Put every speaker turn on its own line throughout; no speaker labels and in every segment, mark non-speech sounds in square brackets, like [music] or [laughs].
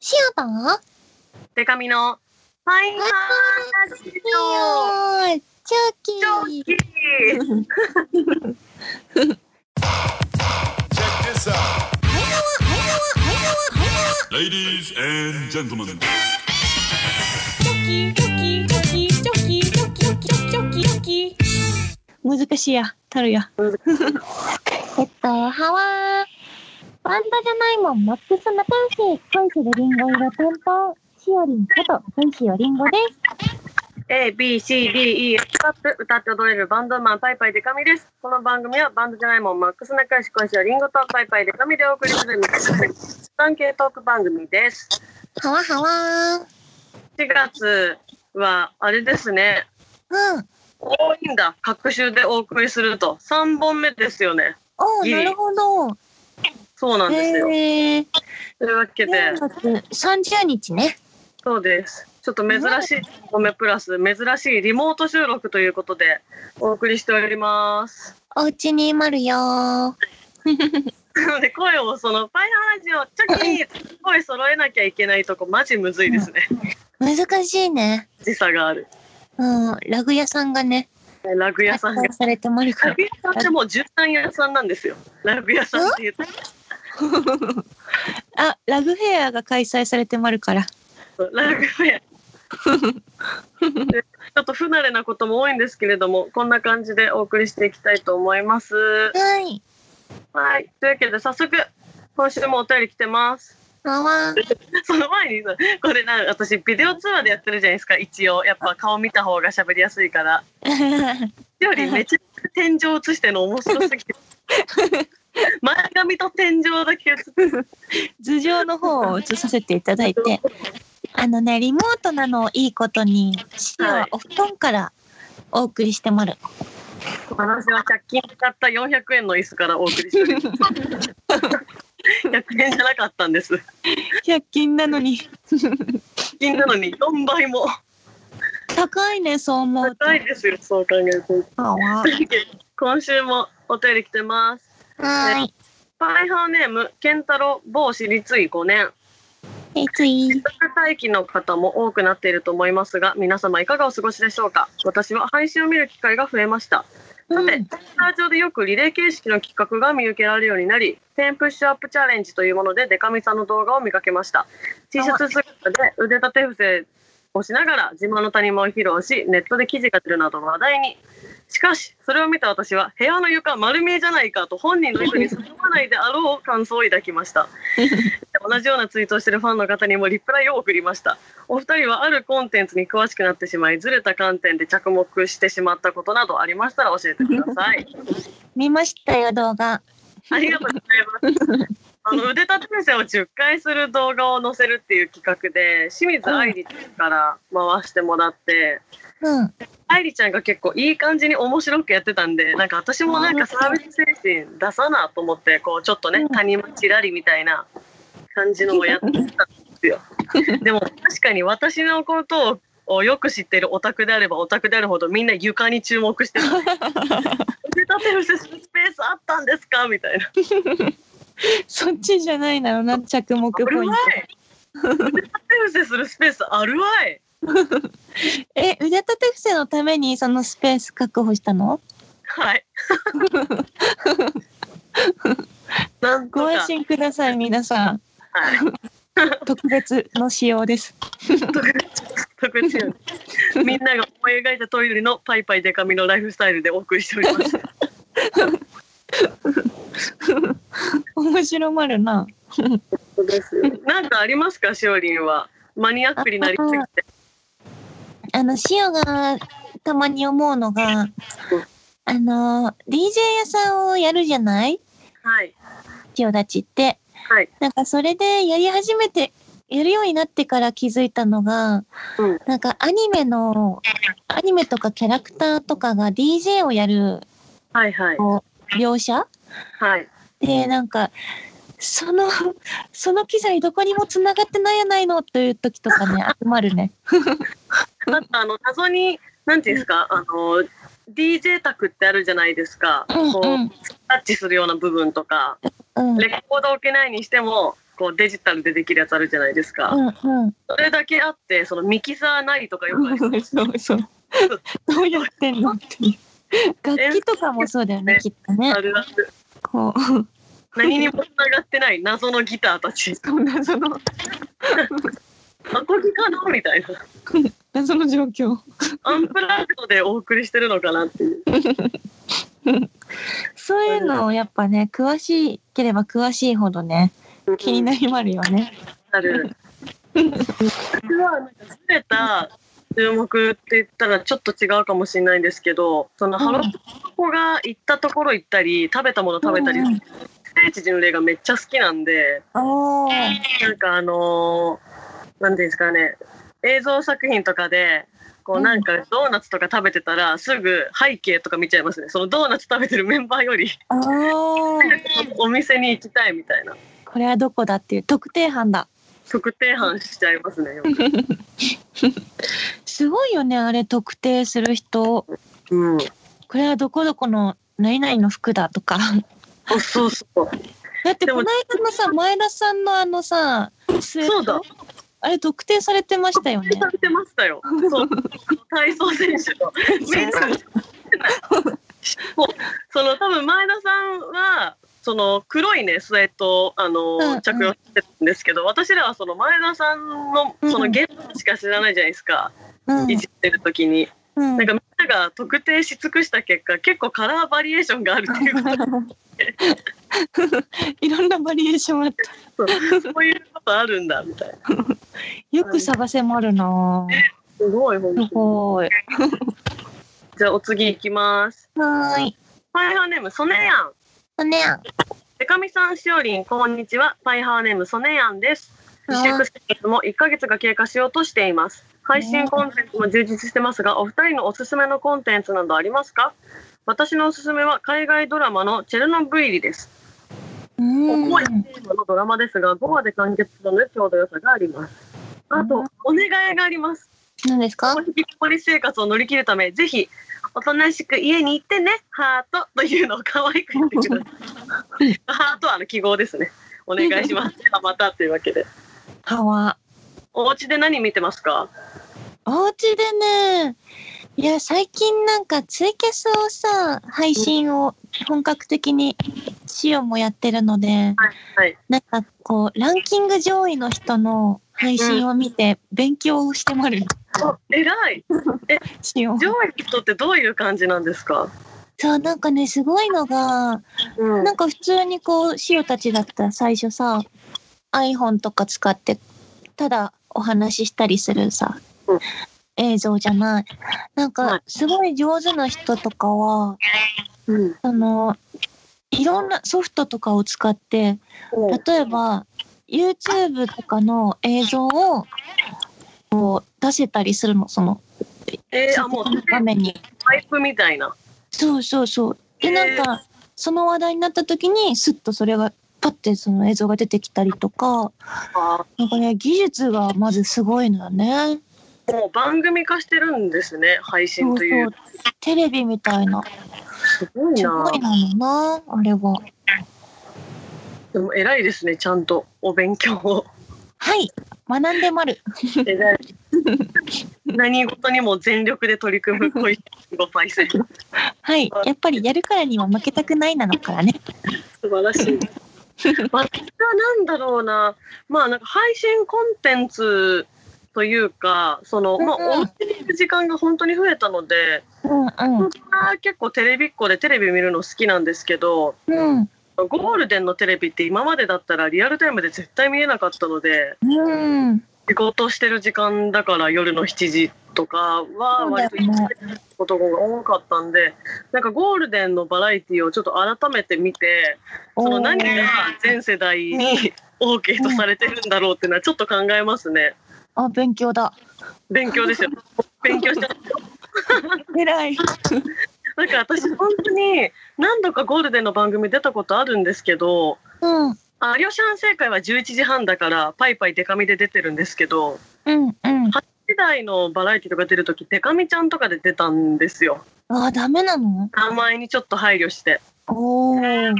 シアター
デカミのファインマーラジ
いいよーチョ
オ
キ
ジョ
ー
ッキー
Check this out. Ladies and gentlemen.
難しいや、たるや。
[laughs] えっと、ハワー。バンドじゃないもん、マックス・マタンシー。恋するリンゴ色担当。しおりんこと、恋しおりんごです。
A, B, C, D, E, F カップ歌って踊れるバンドマンパイパイデカミです。この番組はバンドじゃないもんマックス仲良し恋しはリンゴとパイパイデカミでお送りする無関係トーク番組です。
ハワハワ
4月はあれですね。
ー。うん。
多いんだ。各週でお送りすると。3本目ですよね。
お
い
ー、
い
なるほど。
そうなんですよ。
へー。
というわけで
3、月30日ね。
そうです。ちょっと珍しいごめんプラス珍しいリモート収録ということでお送りしております。
おうちにまるよー。
なので声をそのパイハラジオチョキー声揃えなきゃいけないとこマジむずいですね。
難しいね。
時差がある。
うん、ラグ屋さんがね、
ラグ屋さんが
発。散されてまるか
ラ
ら
グ。屋さんってもう絨毯屋さんなんですよ。ラグ屋さんって言うと
あ、ラグフェアが開催されてまるから。
ラグ屋。でちょっと不慣れなことも多いんですけれどもこんな感じでお送りしていきたいと思います。
はい。
はい、というわけで早速今週もお便り来てます。
ハワー。
[laughs] その前にさこれな私ビデオ通話でやってるじゃないですか一応やっぱ顔見た方が喋りやすいからよりめちゃくちゃ天井映してるの面白すぎて前髪と天井だけ映って
[laughs] 頭上の方を映させていただいて。あのね、リモートなのをいいことに、シアはお布団からお送りしてまる。
私は100均で買った400円の椅子からお送りしております100円じゃなかったんです100
100均なのに。
均なのに4倍も
高いね、そう思うと。
高いですよそう考えると [laughs]
パワー
今週もお便り来てます
は
パイハーネームケンタロウ某私立医5年
ーい。え、つい。
待機の方も多くなっていると思いますが皆様いかがお過ごしでしょうか私は配信を見る機会が増えましたさて、ツイッター上でよくリレー形式の企画が見受けられるようになり、テンプッシュアップチャレンジというもので、デカミさんの動画を見かけました。T シャツ姿で腕立て伏せをしながら、自慢の谷間を披露し、ネットで記事が出るなど話題に。しかし、それを見た私は、部屋の床丸見えじゃないかと本人の意図にそぐわないであろう感想を抱きました。同じようなツイートをしているファンの方にもリプライを送りました。お二人はあるコンテンツに詳しくなってしまい、ずれた観点で着目してしまったことなどありましたら教えてください。
見ましたよ、動画。
ありがとうございます。あの腕立て伏せを10回する動画を載せるっていう企画で清水愛理ちゃんから回してもらって
うん。
愛理ちゃんが結構いい感じに面白くやってたんでなんか私もなんかサービス精神出さなと思ってこうちょっとね
うん
谷間ちらりみたいな感じのをやってたんです
[laughs]
よ。でも確かに私のことをよく知ってるオタクであればオタクであるほどみんな床に注目
[laughs]
してる腕立て伏せするスペースあったんですかみたいな。
そっちじゃないなのな、着目
ある
ポイン
わ
ト。
い。腕立て伏せするスペースあるわい。
え、腕立て伏せのためにそのスペース確保したの [laughs]
はい。なんとか。
ご安
はい。
心ください、皆さん。特別の仕様です。
特別よねみんなが思い描いた通りのパイパイデカミのライフスタイルでお送りしております。
面白まるな。
なんかありますか、しおりんは。マニアックになりすぎて。
あの、シオがたまに思うのが、あの、DJ 屋さんをやるじゃない
はい。
シオたちって。
はい。
なんかそれでやり始めて、やるようになってから気づいたのが、
うん
なんかアニメの、アニメとかキャラクターとかが DJ をやる
はいはい。
こう描写
はい。
で、なんか、その、その機材どこにも繋がってないやないのという時とかね、集まるね。
あと、あの、謎に、なんていうんですか、あの、DJ 卓ってあるじゃないですか。
うん
こ
う
う、
ん。
タッチするような部分とか。
うん。
レコードを置けないにしてもこうデジタルでできるやつあるじゃないですか、
うんうん。
それだけあってそのミキサーないとかよくあります
そうそう。どうやってんのっていう。楽器とかもそうだよね、きっとね
あ。るある
こう、
何にもつながってない謎のギターたち
そんなその、
アコギかなみたいな
謎の状況。
アンプラグドでお送りしてるのかなっていう
そういうのをやっぱね、詳しければ詳しいほどね、気になりまるよね。
なる。私はなんかずれた注目って言ったらちょっと違うかもしれないんですけど、そのハロプロが行ったところ行ったり、食べたもの食べたり
うんうん、
聖地巡礼がめっちゃ好きなんで、
おお。
なんかあのー、なんていうんですかね、映像作品とかで。こ
う
うんなんかドーナツとか食べてたらすぐ背景とか見ちゃいますねそのドーナツ食べてるメンバーより
おお。
お店に行きたいみたいな
これはどこだっていう特定班だ。
特定班しちゃいますねよく
すごいよね、あれ特定する人。
うん、
これはどこどこの何々の服だとか。
あそうそう
だって
で
こ
も
の間のさ、前田さんのあのさ、スウェット
そうだ
あれ特定されてましたよね。
されてましたよ。そう体操選手の。めっちゃもうその多分前田さんはその黒いねスウェットをあの、
うんうん
着用してるんですけど私らはその前田さんのその
うん
現場しか知らないじゃないですか、
うん
いじってる時に、
うん
なんかみんなが特定し尽くした結果結構カラーバリエーションがあるっていうこと
いろんなバリエーションあった。
そういうことあるんだみたいな
よく探せもあるなぁ。
すごい
す
本当に
ごい。
じゃあお次いきます
はーい。
ファイハーネームソネヤン
おねやん。
でかみさん、しおりん、こんにちは。パイハーネーム、ソネヤンです。自粛生活も1ヶ月が経過しようとしています。配信コンテンツも充実してますが、お二人のおすすめのコンテンツなどありますか私のおすすめは海外ドラマのチェルノブイリです。
うん。
重いテーマのドラマですが、5話で完結するのでちょうど良さがあります。あと、お願いがあります。
何ですか
お引きこもり生活を乗り切るため、ぜひ、おとなしく家に行ってね、ハートというのを可愛く言ってくだ
[laughs]
さい。ハートはあの記号ですね。お願いします。ではまたというわけで。
はわ。
お家で何見てますか
お家でね、いや、最近なんかツイキャスをさ、配信を本格的にしようもやってるので、
はい。
なんかこう、ランキング上位の人の配信を見て勉強をしてまる。
あ、偉い。
しよう。
上位の人ってどういう感じなんですか
そう、なんかね、すごいのが、
うん。
なんか普通にこう、シオたちだったら最初さ、iPhone とか使って、ただお話ししたりするさ
うん、
映像じゃない。なん
は
か
い、
すごい上手な人とかは、
うん。
その、いろんなソフトとかを使って、例えば、YouTube とかの映像を、こう、出せたりするの、その、
えー、あ、もう、
画面に。
タイプみたいな。
そうそうそう。で、な
へ
ん
ー
か、その話題になった時に、スッとそれが、パッてその映像が出てきたりとか、
あ
なんかね、技術がまずすごいのよね。
もう番組化してるんですね、配
そ
信
う
と
そ
いう
う。。テレビみたいな。
すごい
す
な
ごい。なのな、あれは。
でも偉いですね、ちゃんとお勉強を。
はい、学んでまる。
偉い何事にも全力で取り組む小池五パイセン。素
はい、やっぱりやるからには負けたくないなのからね。
晴ら [laughs] しい。私はなんだろうな、まあなんか配信コンテンツというか、その、まあ
うんうん
お家にいる時間が本当に増えたので、
うんうん。
まあ結構テレビっ子でテレビ見るの好きなんですけど、
うん。
ゴールデンのテレビって今までだったらリアルタイムで絶対見えなかったので、
うん。
仕事してる時間だから夜の7時とかは割と
そうだよね
ことが多かったんで、なんかゴールデンのバラエティをちょっと改めて見て、その何が全世代に OK とされてるんだろうっていうのはちょっと考えますね。
おーあ、勉強だ。
勉
[laughs]
強ですよ。勉強した。
偉い。
なんか私本当に何度かゴールデンの番組出たことあるんですけど、
うん。うん
あ有吉反省会は11時半だからパイパイデカミで出てるんですけど、
うん。
世代のバラエティとか出るときデカミちゃんとかで出たんですよ。
ああ、ダメなの
名前にちょっと配慮して。
おお。
で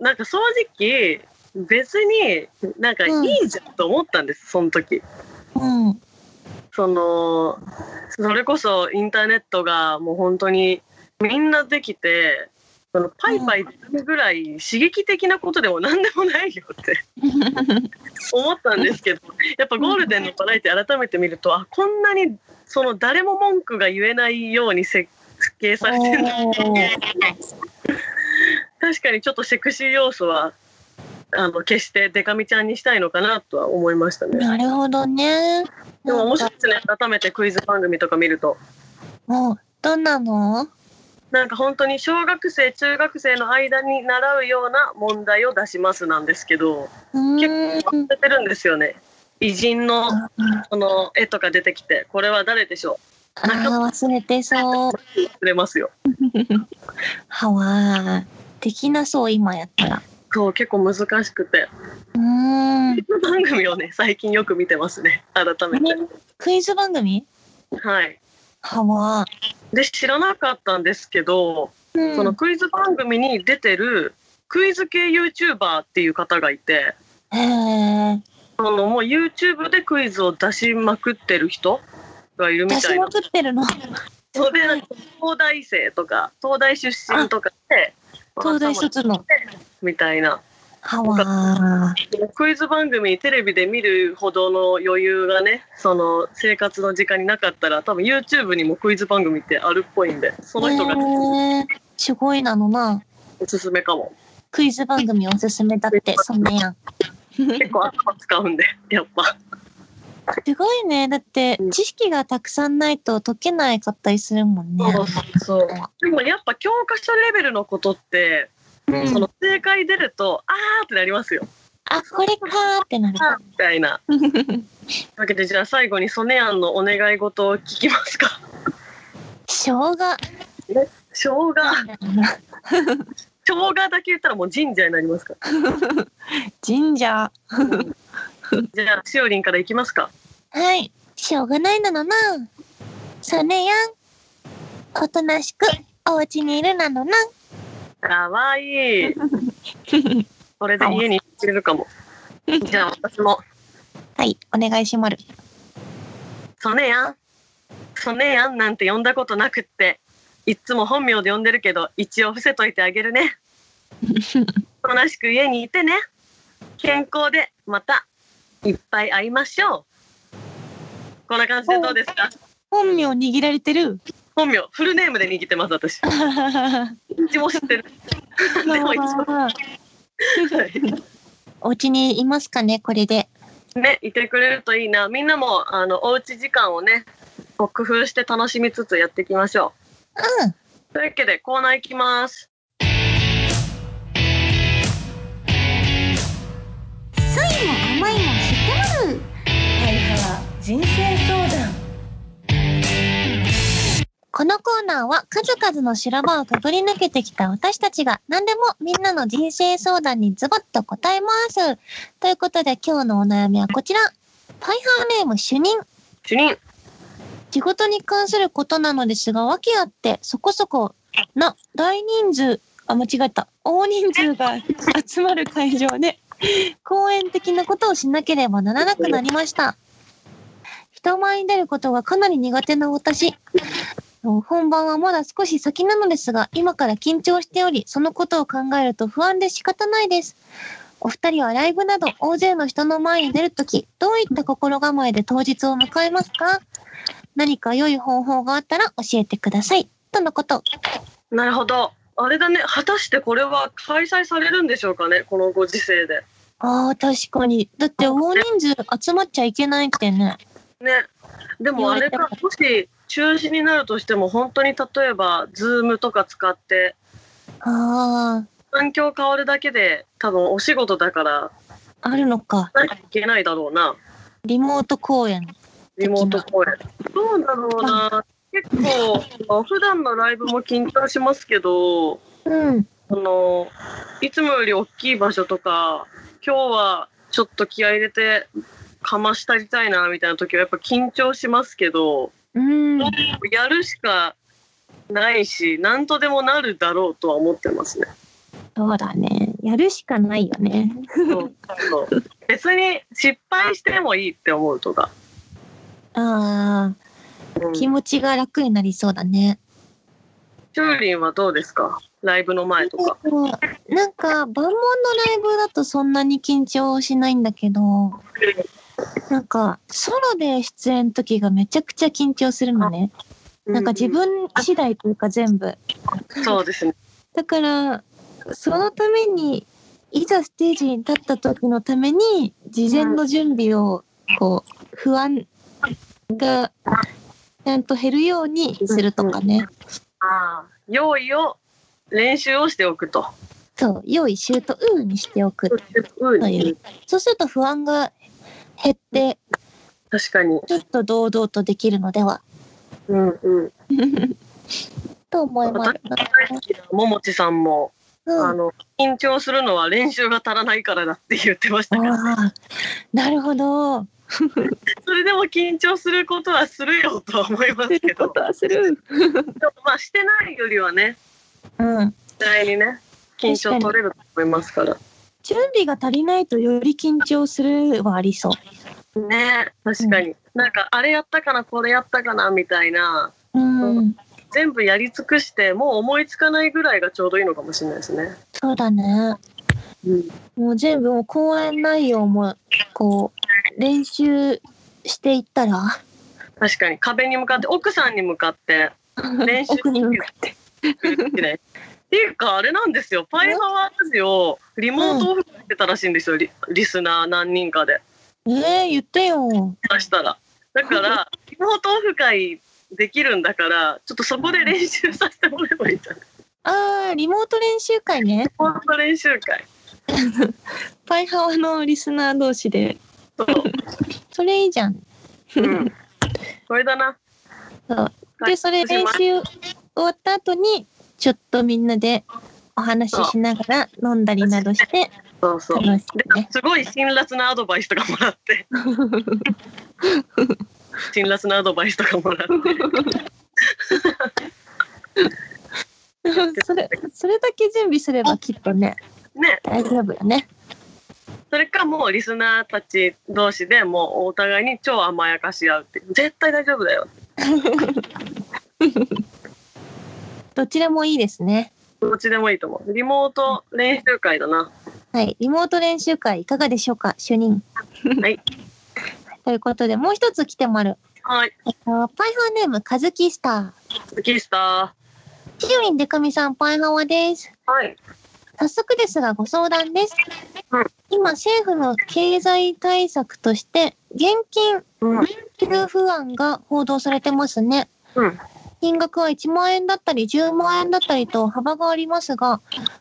なんか正直別になんかいいじゃんと思ったんです、その時。
うん。
そのそれこそインターネットがもう本当にみんなできてそのパイパイするぐらい刺激的なことでも何でもないよって [laughs] 思ったんですけどやっぱゴールデンのバラエティ改めて見るとあこんなにその誰も文句が言えないように設計されてる
おー
確かにちょっとセクシー要素はあの決してデカミちゃんにしたいのかなとは思いましたね。
なるほどね。
でも面白
ない
ですね改めてクイズ番組とか見ると。
んかもうどんなの？
なんか本当に小学生中学生の間に習うような問題を出しますなんですけど
う
結
ー
構忘
ん
れてるんですよね偉人の
あ
その絵とか出てきてこれは誰でしょ
あー忘れてそう。
う忘れますよ
ハワイできなそう今やったら。
そう結構難しくて
うーん。
クイズ番組をね最近よく見てますね改めて
クイズ番組？
はい
ハワ
で知らなかったんですけど、
イ。うん
そのクイズ番組に出てるクイズ系 YouTuber っていう方がいて
へえ。
そのもう YouTube でクイズを出しまくってる人がいるみ
出
た
し
いな
まくってるの。
それ東大生とか東大出身とかで
東大卒の
みたいな
ハワイ。
クイズ番組テレビで見るほどの余裕がねその生活の時間になかったら多分 YouTube にもクイズ番組ってあるっぽいんでその人が
へえ。すごいなのな。
おすすめかも
クイズ番組おすすめだってそんなやん。
結構頭使うんでやっぱ
すごいね。だって
うん
知識がたくさんないと解けないかったりするもんね。
そうそうでもやっぱ教科書レベルのことって、
うん
その正解出るとあーってなりますよ
あ、これかーってなる。
あーみたいなというわけでじゃあ最後にソネアンのお願い事を聞きますか
生姜。
生姜生姜だけ言ったらもう神社になりますか
神社。
じゃあしおりんからいきますか
はい。しょうがないなのな。そねやん。おとなしくお家にいるなのな。
かわ [laughs] いいこれで家に行れるかもじゃあ私も
はい。お願いしまる。
ソネヤンソネヤンなんて呼んだことなくっていっつも本名で呼んでるけど一応伏せといてあげるねおとなしく家にいてね健康でまたいっぱい会いましょうこんな感じでどうですか
本名握られて [laughs] る。
本名フルネームで握ってます私一応知ってるでも一応
お家にいますかね、これで。
ね、いてくれるといいな。みんなも、あの、おうち時間をね、こう工夫して楽しみつつやっていきましょ
うん。
う。というわけで、コーナーいきます。
酸いも甘いも知ってまる
このコーナーは数々の修羅場をくぐり抜けてきた私たちが何でもみんなの人生相談にズバッと答えます。ということで今日のお悩みはこちら。パイハーネーム主任。
主任、
仕事に関することなのですが、訳あってそこそこな大人数、あ、間違えた。大人数が集まる会場で、公演的なことをしなければならなくなりました。人前に出ることがかなり苦手な私。本番はまだ少し先なのですが、今から緊張しており、そのことを考えると不安で仕方ないです。お二人はライブなど大勢の人の前に出るとき、どういった心構えで当日を迎えますか何か良い方法があったら教えてください。とのこと。
なるほど。あれだね、果たしてこれは開催されるんでしょうかね、このご時世で。
ああ、確かに。だって大人数集まっちゃいけないってね。
ね。でもあれ
言わ
か
れて、
もし中止になるとしても、本当に例えば、ズームとか使って、
あ
環境変わるだけで、多分お仕事だから、
あ、あるのか。
なんかいけないだろうな。
リモート公演。
リモート公演。どうだろうな。結構、普段のライブも緊張しますけど、
うん。
あの、いつもより大きい場所とか、今日はちょっと気合い入れて、かましたりたいな、みたいな時はやっぱ緊張しますけど、
うん。
やるしか [laughs] ないし、なんとでもなるだろうとは思ってますね。
そうだね。やるしかないよね。
そうそう別に失敗してもいいって思うとか、
あ
う
あ、
ん、
気
チ
持ちが楽になりそうだね。
ューリンはどうですかライブの前とか、
なんか、万文のライブだとそんなに緊張しないんだけど、なんか、ソロで出演の時がめちゃくちゃ緊張するのね。なんか自分次第というか全部。
うんそうですね
だから、そのために、いざステージに立った時のために、事前の準備を、こう、不安が、ちゃんと減るようにするとかね。
ああ用意を練習をしておくと
そう、用意周到うーにしておく
うん
という。そうすると不安が減って、
確かに
ちょっと堂々とできるのでは、
うんうん
と思います
私。の大好きなももちさんも、
うん
あの緊張するのは練習が足らないからだって言ってましたから
ああ、なるほど。
それでも緊張することはするよとは思います
[laughs]
けど
はする。
でもまあしてないよりはね
うん。
絶対にね緊張取れると思いますから
準備が足りないとより緊張するはありそう。
ね確かに、なんかあれやったかなこれやったかなみたいな
うん、
全部やり尽くしてもう思いつかないぐらいがちょうどいいのかもしれないですね、
そうだね。
うん、
もう全部もう公演内容も、こう、練習していったら、
確かに壁に向かって奥さんに向かって練
[laughs]
習
奥に向かって。
ねっていうかあれなんですよパイハワーラジオリモートオフしてたらしいんですよリリスナー何人かで
ええ言ってよ。
出したらだからリモートオフ会できるんだからちょっとそこで練習させてもらえばいいんじゃない
ああ、リモート練習会ね。
リモート練習会
パイハワのリスナー同士で。
そう
それいいじゃん。
うんこれだな。
そうで、それ練習終わった後に、ちょっとみんなでお話ししながら飲んだりなど [laughs] して、
そうそう。
楽しいね。
すごい辛辣なアドバイスとかもらって。辛辣なアドバイスとかもらって。
それ、それだけ準備すればきっとね、
ね。
大丈夫よね。
それかもうリスナーたち同士でもうお互いに超甘やかし合うっていう。絶対大丈夫だよ。
どちらもいいですね。
どっちでもいいと思う。リモート練習会だ [laughs] な。
はい。リモート練習会いかがでしょうか主任。
はい。
ということで、もう一つ来てもらう。
はい。
えっと、パイハーネーム、カズキスタ
好きした。
ー。しおりんでかみさん、パイハワです。
はい。
早速ですが、ご相談です
うん。
今、政府の経済対策として、現金
うん。
給付案が報道されてますね。
うん。
金額は1万円だったり10万円だったりと幅がありますが、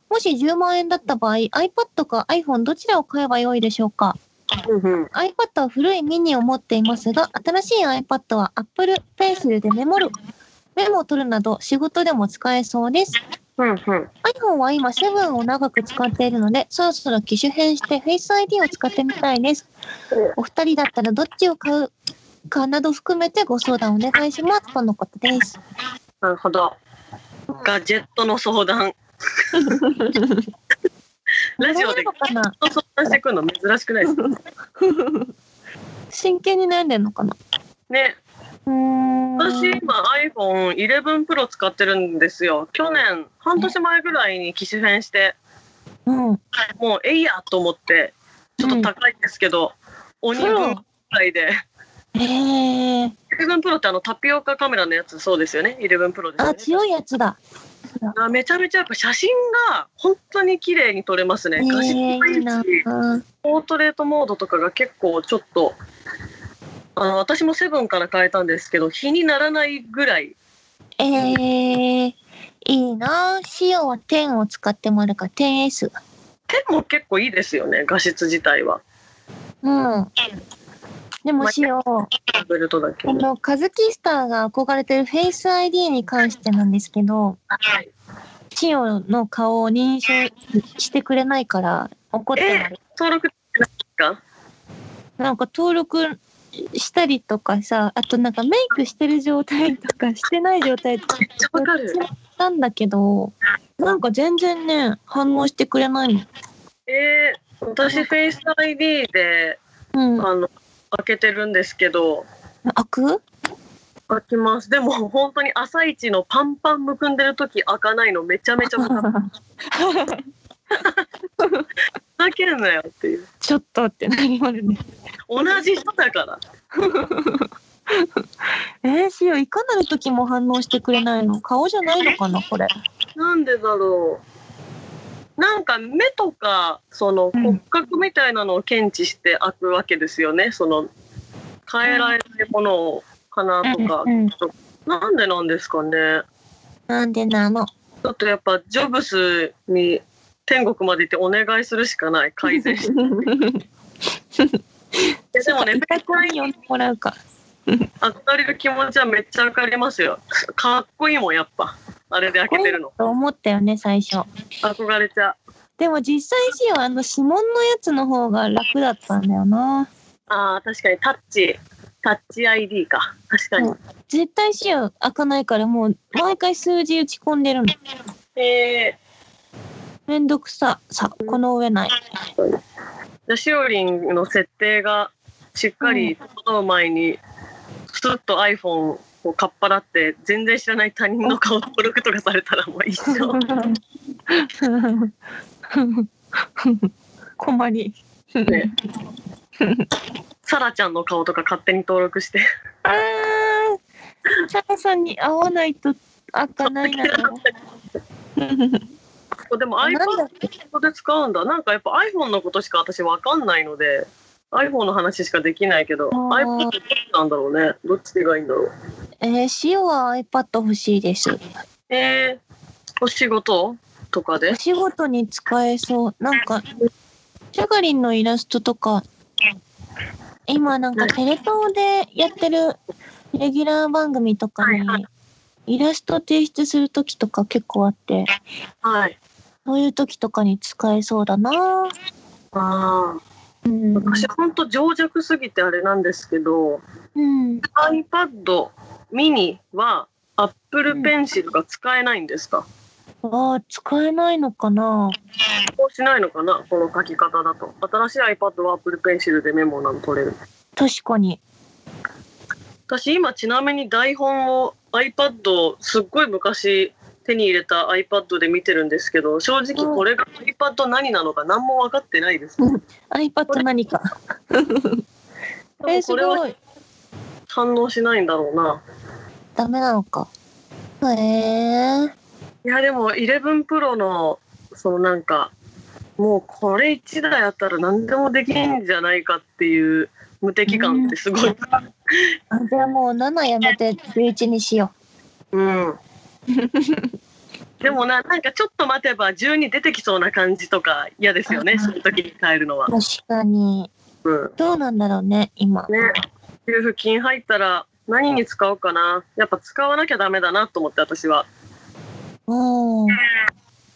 もし10万円だった場合、iPad か iPhone どちらを買えばよいでしょうか
うん。うん。
?iPad は古いミニを持っていますが、新しい iPad は Apple Pencil でメモる、メモを取るなど仕事でも使えそうです。
うん。
iPhone は今7を長く使っているので、そろそろ機種変して Face ID を使ってみたいです。お二人だったらどっちを買うかなど含めてご相談お願いします。とのことです。
なるほど。ガジェットの相 [laughs] 談。ラジオで
悩むかな
ガジェットの相談してくるの珍しくないですか [laughs]
真剣に悩んでんのかな
ね。
うーん
私今 iPhone11 Pro 使ってるんですよ去年半年前ぐらいに機種変して
うん。
もうえいやと思ってちょっと高いんですけど、鬼分ぐらいで
へえ。
11 Pro ってあのタピオカカメラのやつそうですよね11 Pro ですよ
あ、
ね
強いやつだ。
あめちゃめちゃやっぱ写真が本当に綺麗に撮れます
ええ、
ね画質もい
いい
い
な。
しポートレートモードとかが結構ちょっとあの私もセブンから変えたんですけど比にならないぐらい
ええ、いいな。塩は10を使ってもあるから 10S。
手も結構いいですよね画質自体は
うん。でも
まあ
塩、こ
ベルトだけ
のカズキスターが憧れてるフェイス ID に関してなんですけど、
はい
塩の顔を認証してくれないから怒ってなる。
登録ってないですか
なんか登録したりとかさ、あとなんかメイクしてる状態とかしてない状態とか
めっちゃわかる
やったんだけど、なんか全然ね、反応してくれないの。
えー、私、フェイス ID で、
うん。
あの、開けてるんですけど、
開く
開きます。でも、本当に朝一のパンパンむくんでる時開かないのめちゃめちゃむか
[laughs]
ふざけんなよっていう。
[laughs] ちょっとってなりますね。
同じ人だから。
えー、しお、いかなる時も反応してくれないの顔じゃないのかな、これ。
なんでだろう。なんか目とかその
うん
骨格みたいなのを検知して開くわけですよね、その変えられないものをかなとか、
うんうん
なんでなんですかね
なんでなの。
だってやっぱジョブスに天国まで行ってお願いするしかない改善して [laughs] いやでもね
委
めっち
託
ゃ
に呼んでもらうか。
憧れる気持ちはめっちゃわかりますよかっこいいもんやっぱあれで開けてるの
と思ったよね、最初。
憧れちゃう
でも実際しお、あの指紋のやつの方が楽だったんだよな。
あー確かにタッチタッチ ID か確かに、
う絶対しお開かないからもう毎回数字打ち込んでるの。
えー
めんどくささ、この上ない。
じゃあしおりんの設定がしっかり整う前に、スッと iPhone をかっぱらって、全然知らない他人の顔登録とかされたらもう一生。
[laughs] 困り。 [laughs]
ねサラちゃんの顔とか勝手に登録して、
ああ、チャンさんに会わないと開かないな。
でも
あなんだ
iPhone で使うんだ。なんかやっぱ iPhone のことしか私わかんないので、iPhone の話しかできないけど、
あー
iPhone ってどっちなんだろうね。どっちがいいんだろう。
えー、塩は iPad 欲しいです。
えー、お仕事とかで
お仕事に使えそう。なんか、ジャガリンのイラストとか、今なんかテレ東でやってるレギュラー番組とかに
はいは、
イラスト提出するときとか結構あって、
はい。
そういうときとかに使えそうだな
ああ。
うん。
私本当情弱すぎてあれなんですけど
うん
iPad mini は Apple Pencil が使えないんですか、
ああ、使えないのかな
こうしないのかなこの書き方だと新しい iPad は Apple Pencil でメモなど取れる
確かに。
私今ちなみに台本を iPad をすっごい昔手に入れた iPad で見てるんですけど正直これが iPad 何なのか何も分かってないです、
iPad 何か。えー、す
これは
ごい。
反応しないんだろうな
ダメなのか。へえー。
いやでも11 Pro のそのなんかもうこれ1台あったら何でもできんじゃないかっていう無敵感ってすごい。
あじゃあもう7やめて11にしよ
[laughs] うん。でもななんかちょっと待てば12出てきそうな感じとか嫌ですよね。そういう時に変えるのは
う。。確かに。
うん。
どうなんだろうね、今。
ね。給付金入ったら何に使おうかな。やっぱ使わなきゃダメだなと思って私は
うん。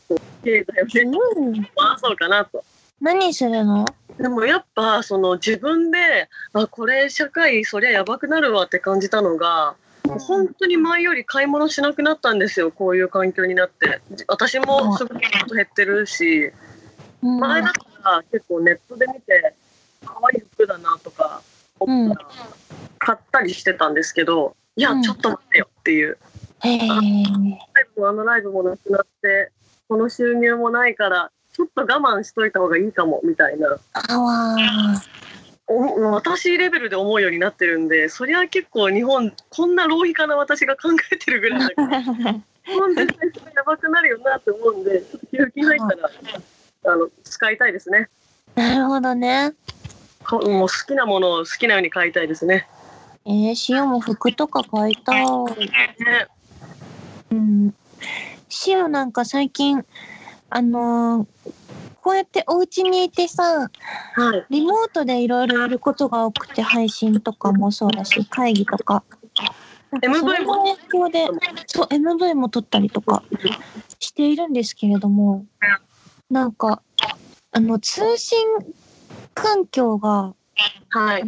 経済を全部
うん
回そうかなと。
何するの
でもやっぱその自分であこれ社会そりゃやばくなるわって感じたのが本当に前より買い物しなくなったんですよこういう環境になってじ私もすごくこと減ってるし
うん
前だったら結構ネットで見て可愛い服だなとか思ったら買ったりしてたんですけどいや
うん
ちょっと待ってよっていう
へえ。
ライブもあのライブもなくなってこの収入もないからちょっと我慢しといた方がいいかもみたいな
あわー
お私レベルで思うようになってるんでそりゃ結構日本こんな浪費家な私が考えてるぐらいだか
[laughs]
ら日本全体それやばくなるよなって思うんでちょっと給金入ったらあの使いたいですね
なるほどね。
こもう好きなものを好きなように買いたいですね
えー、塩も服とか買いたい。
ね
うん。塩なんか最近、あのーこうやってお家にいてさ、
はい
リモートでいろいろやることが多くて、配信とかもそうだし、会議とか。
MV も
それの影響で、そう、MV も撮ったりとかしているんですけれども、なんか、あの、通信環境が、
はい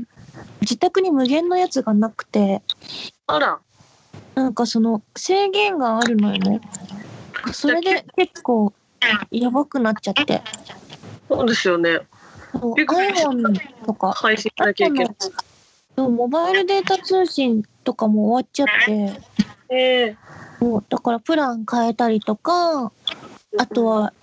自宅に無限のやつがなくて、
あら
なんかその制限があるのよね。それで結構やばくなっちゃって。
そうですよね。
そう
びっくりした
iPhone とか、
配信しなきゃいけない
iPhone。のモバイルデータ通信とかも終わっちゃって、
ええ
もうだからプラン変えたりとか、あとは、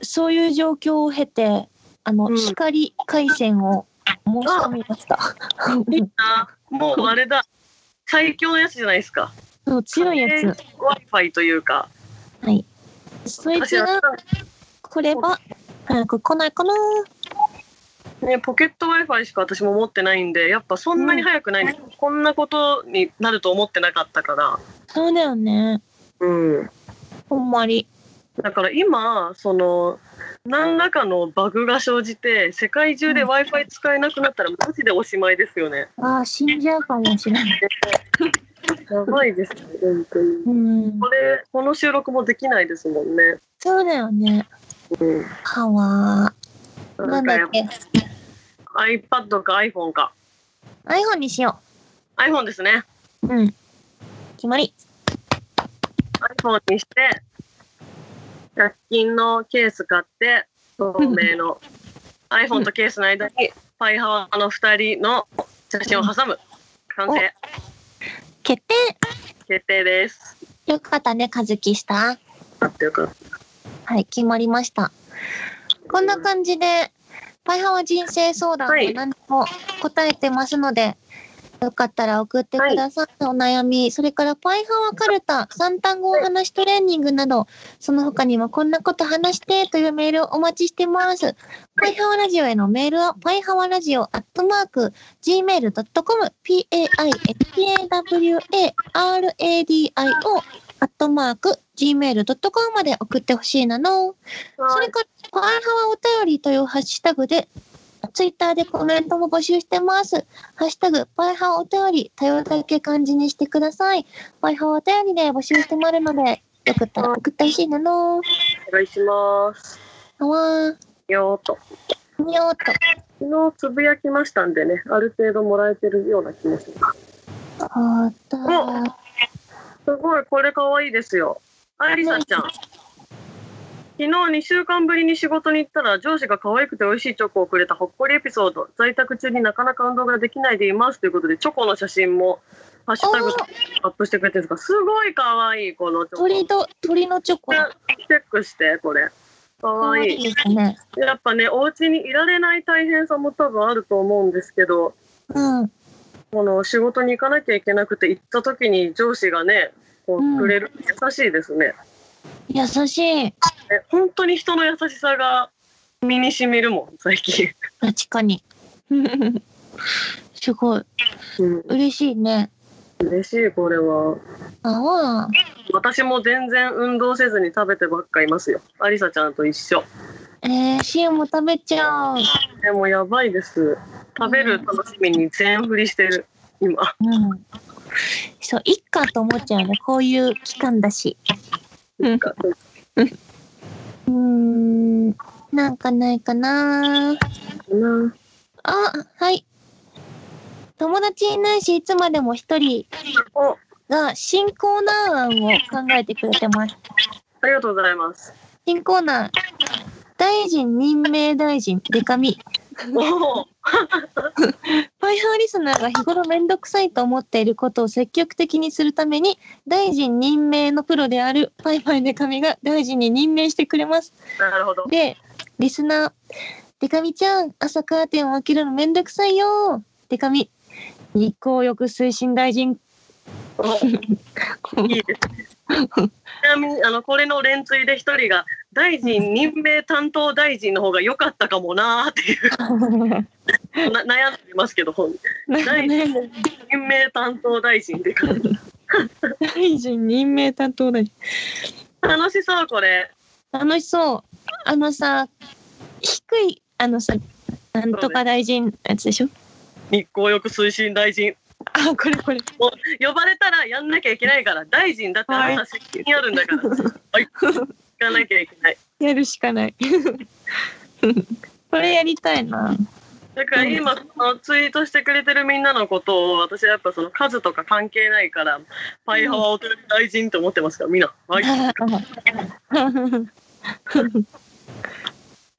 そういう状況を経て、あの、
うん
光回線を申し込みました。
あもうあれだ。最強のやつじゃないですか。
[laughs] そう、強いやつ。
Wi-Fi というか。
はい。そいつが来れば、早く来ないかな
ね、ポケット Wi-Fi しか私も持ってないんで、やっぱそんなに早くないんです、こんなことになると思ってなかったから。
そうだよね。
うん。
ほんまに。
だから今、その、何らかのバグが生じて、世界中で Wi-Fi 使えなくなったらマジでおしまいですよね。
ああ、死んじゃうかもしれない。
やばいですね、本当に。
うん
こ。れ、この収録もできないですもんね。
そうだよね。
うん。
はわー。な
な
んん
か
だ
や
っ
っ
け。
ぱ iPad か iPhone か。
iPhone にしよ
iPhone ですね。
う。うん。決まり。
iPhone にして、100均のケース買って、透
[laughs]
明の iPhone とケースの間に、パイハワの2人の写真を挟む。完成。
決定
決定です。
よかったね、和樹した。
あってよかっ
はい、決まりました。こんな感じで、パイハワ人生相談
はい
で何でも答えてますので、よかったら送ってください、お悩み。それから、パイハワカルタ、三単語お話トレーニングなど、その他にもこんなこと話してというメールをお待ちしてます。パイハワラジオへのメールは、パイハワラジオアットマーク、gmail.com、p-a-i-h-a-w-a-r-a-d-i-o アットマーク、gmail.com まで送ってほしいなの。
た。
それから、パワハワお便りというハッシュタグで、ツイッターでコメントも募集してます。ハッシュタグ、パイハワお便り、多様だけ漢字にしてください。パイハワお便りで募集してもらうので、よかったら送ってほしいなの。
お願いします。
はわ
よーっと。
ー、にょーっと。
昨日つぶやきましたんでね、ある程度もらえてるような気もします。
あったー。
すごい、これ可愛いですよ。ありさちゃん。昨日2週間ぶりに仕事に行ったら上司が可愛くて美味しいチョコをくれたほっこりエピソード在宅中になかなか運動ができないでいますということでチョコの写真もハッシュタグでアップしてくれてるんですがすごい可愛いこのチョコ
鳥と、鳥のチョコ。
チェックしてこれ可愛い
ですね。
やっぱねお家にいられない大変さも多分あると思うんですけど
うん。
この仕事に行かなきゃいけなくて行った時に上司がねこうくれる、優しいですね
優しい。
ね本当に人の優しさが身に染みるもん最近、
確かに。 [laughs] すごい。
うん、
嬉しいね。
嬉しいこれは
あわー。
私も全然運動せずに食べてばっかいますよありさちゃんと一緒
えー、シオも食べちゃう。
でもやばいです食べる楽しみに全振りしてる今
うん。そう、いっかと思っちゃうよね。こういう期間だし。
なんか
うーん。なんかないかな
な
あ、はい。友達いないし、いつまでも一人
おあ
が新コーナー案を考えてくれてます。
りがとうございます
新コーナー。大臣任命大臣、デカミ。
おお
パイハーリスナーが日頃めんどくさいと思っていることを積極的にするために、大臣任命のプロであるパイパイデカミが大臣に任命してくれます。
なるほど
で、リスナー、デカミちゃん、朝カーテンを開けるのめんどくさいよ。デカミ、日光浴推進大臣。
おいいですねちなみにあのこれの連追で一人が大臣任命担当大臣の方が良かったかもなーっていうな悩んでますけど本大臣任命担当大臣で
大臣任命担当大臣。
楽しそうこれ
楽しそう。あのさ、低い、あのさ、なんとか大臣のやつでしょ
日光浴推進大臣
あ、これこれ。
もう呼ばれたらやんなきゃいけないから大臣だってあなた責任あるんだからはい行かなきゃいけない
やるしかない。これやりたいな。
だから今そのツイートしてくれてるみんなのことを私はやっぱその数とか関係ないからパイ派はお便り大臣と思 [laughs] ってますからみんなはい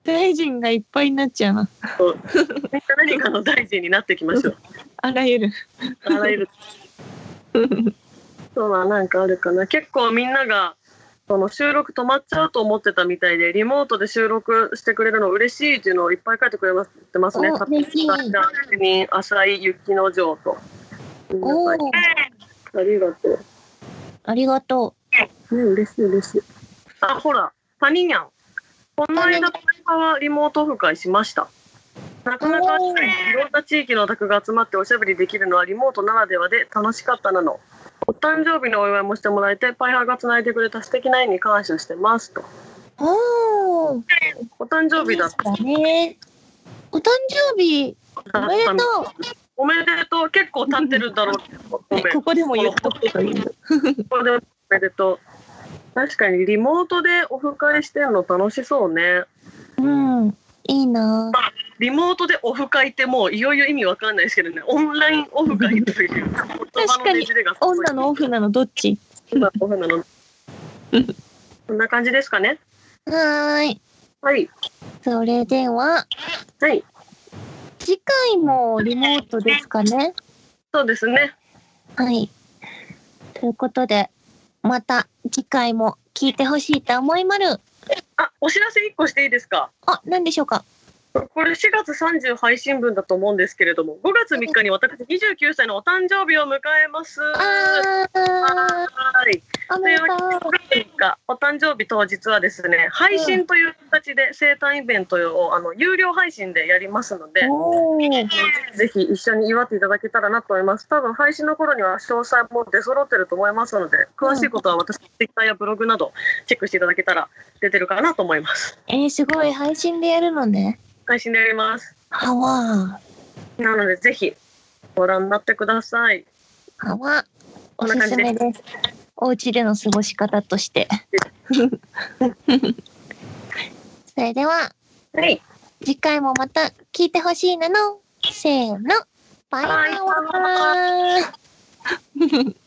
大臣がいっぱいになっちゃうな。
みんな何かの大臣になっていきましょう。
あらゆる。
あら
[laughs]
ゆる。そうはなんかあるかな。結構みんながその収録止まっちゃうと思ってたみたいで、リモートで収録してくれるの嬉しいっていうのをいっぱい書いてくれまってますね。
お嬉しい
い。浅井雪の城と。皆
お
さ
お、
んありがとう。
ありがと
ね、嬉しい嬉しい。あ、ほら、パニニャン。この間、パニパはリモートオフ会しました。なかなかい
おー
ろんな地域のオタクが集まっておしゃべりできるのはリモートならではで楽しかったなの。お誕生日のお祝いもしてもらえて、パイハーがつないでくれた素敵な縁に感謝してますと。
う。おお、
お誕生日だっ
だね。お誕生日、お
た
めでとう。
おめでとう。結構経ってるだろうけど。ごめん
ここでも言っとくという。
ここでおめでとう。確かにリモートでオフ会してるの楽しそうね。
うん、いいなぁ。
リモートでオフ会ってもういよいよ意味わかんないですけどね、オンラインオフ会という言葉のねじれがすご
オ
い
ンなのオフなのどっち
オンなのオフなの。こんな感じですかね。
はーい。
はい。
それでは、
はい。
次回もリモートですかね。
そうですね。
はい。ということで、また次回も聞いてほしいと思いまる。
あ、お知らせ1個していいですか
あ、何でしょうか
これ4月30配信分だと思うんですけれども、5月3日に私29歳のお誕生日を迎えます。は
あー、
い。
おめでとう。
5月3日、お誕生日当日はですね、配信という形で生誕イベントをあの有料配信でやりますので、
おー
ぜひ一緒に祝っていただけたらなと思います。多分配信の頃には詳細も出揃ってると思いますので、詳しいことは私の Twitter やブログなどチェックしていただけたら出てるかなと思います。
えー、すごい、配信でやるのね。
配信でやります。
はわ
なのでぜひご覧になってください。
ー、はわ
こ
お
んな
すす
感じで
めです。お家での過ごし方と
[laughs]
して。それでは、
はい。
次回もまた聞いてほしいなの。せーの。バイバイ。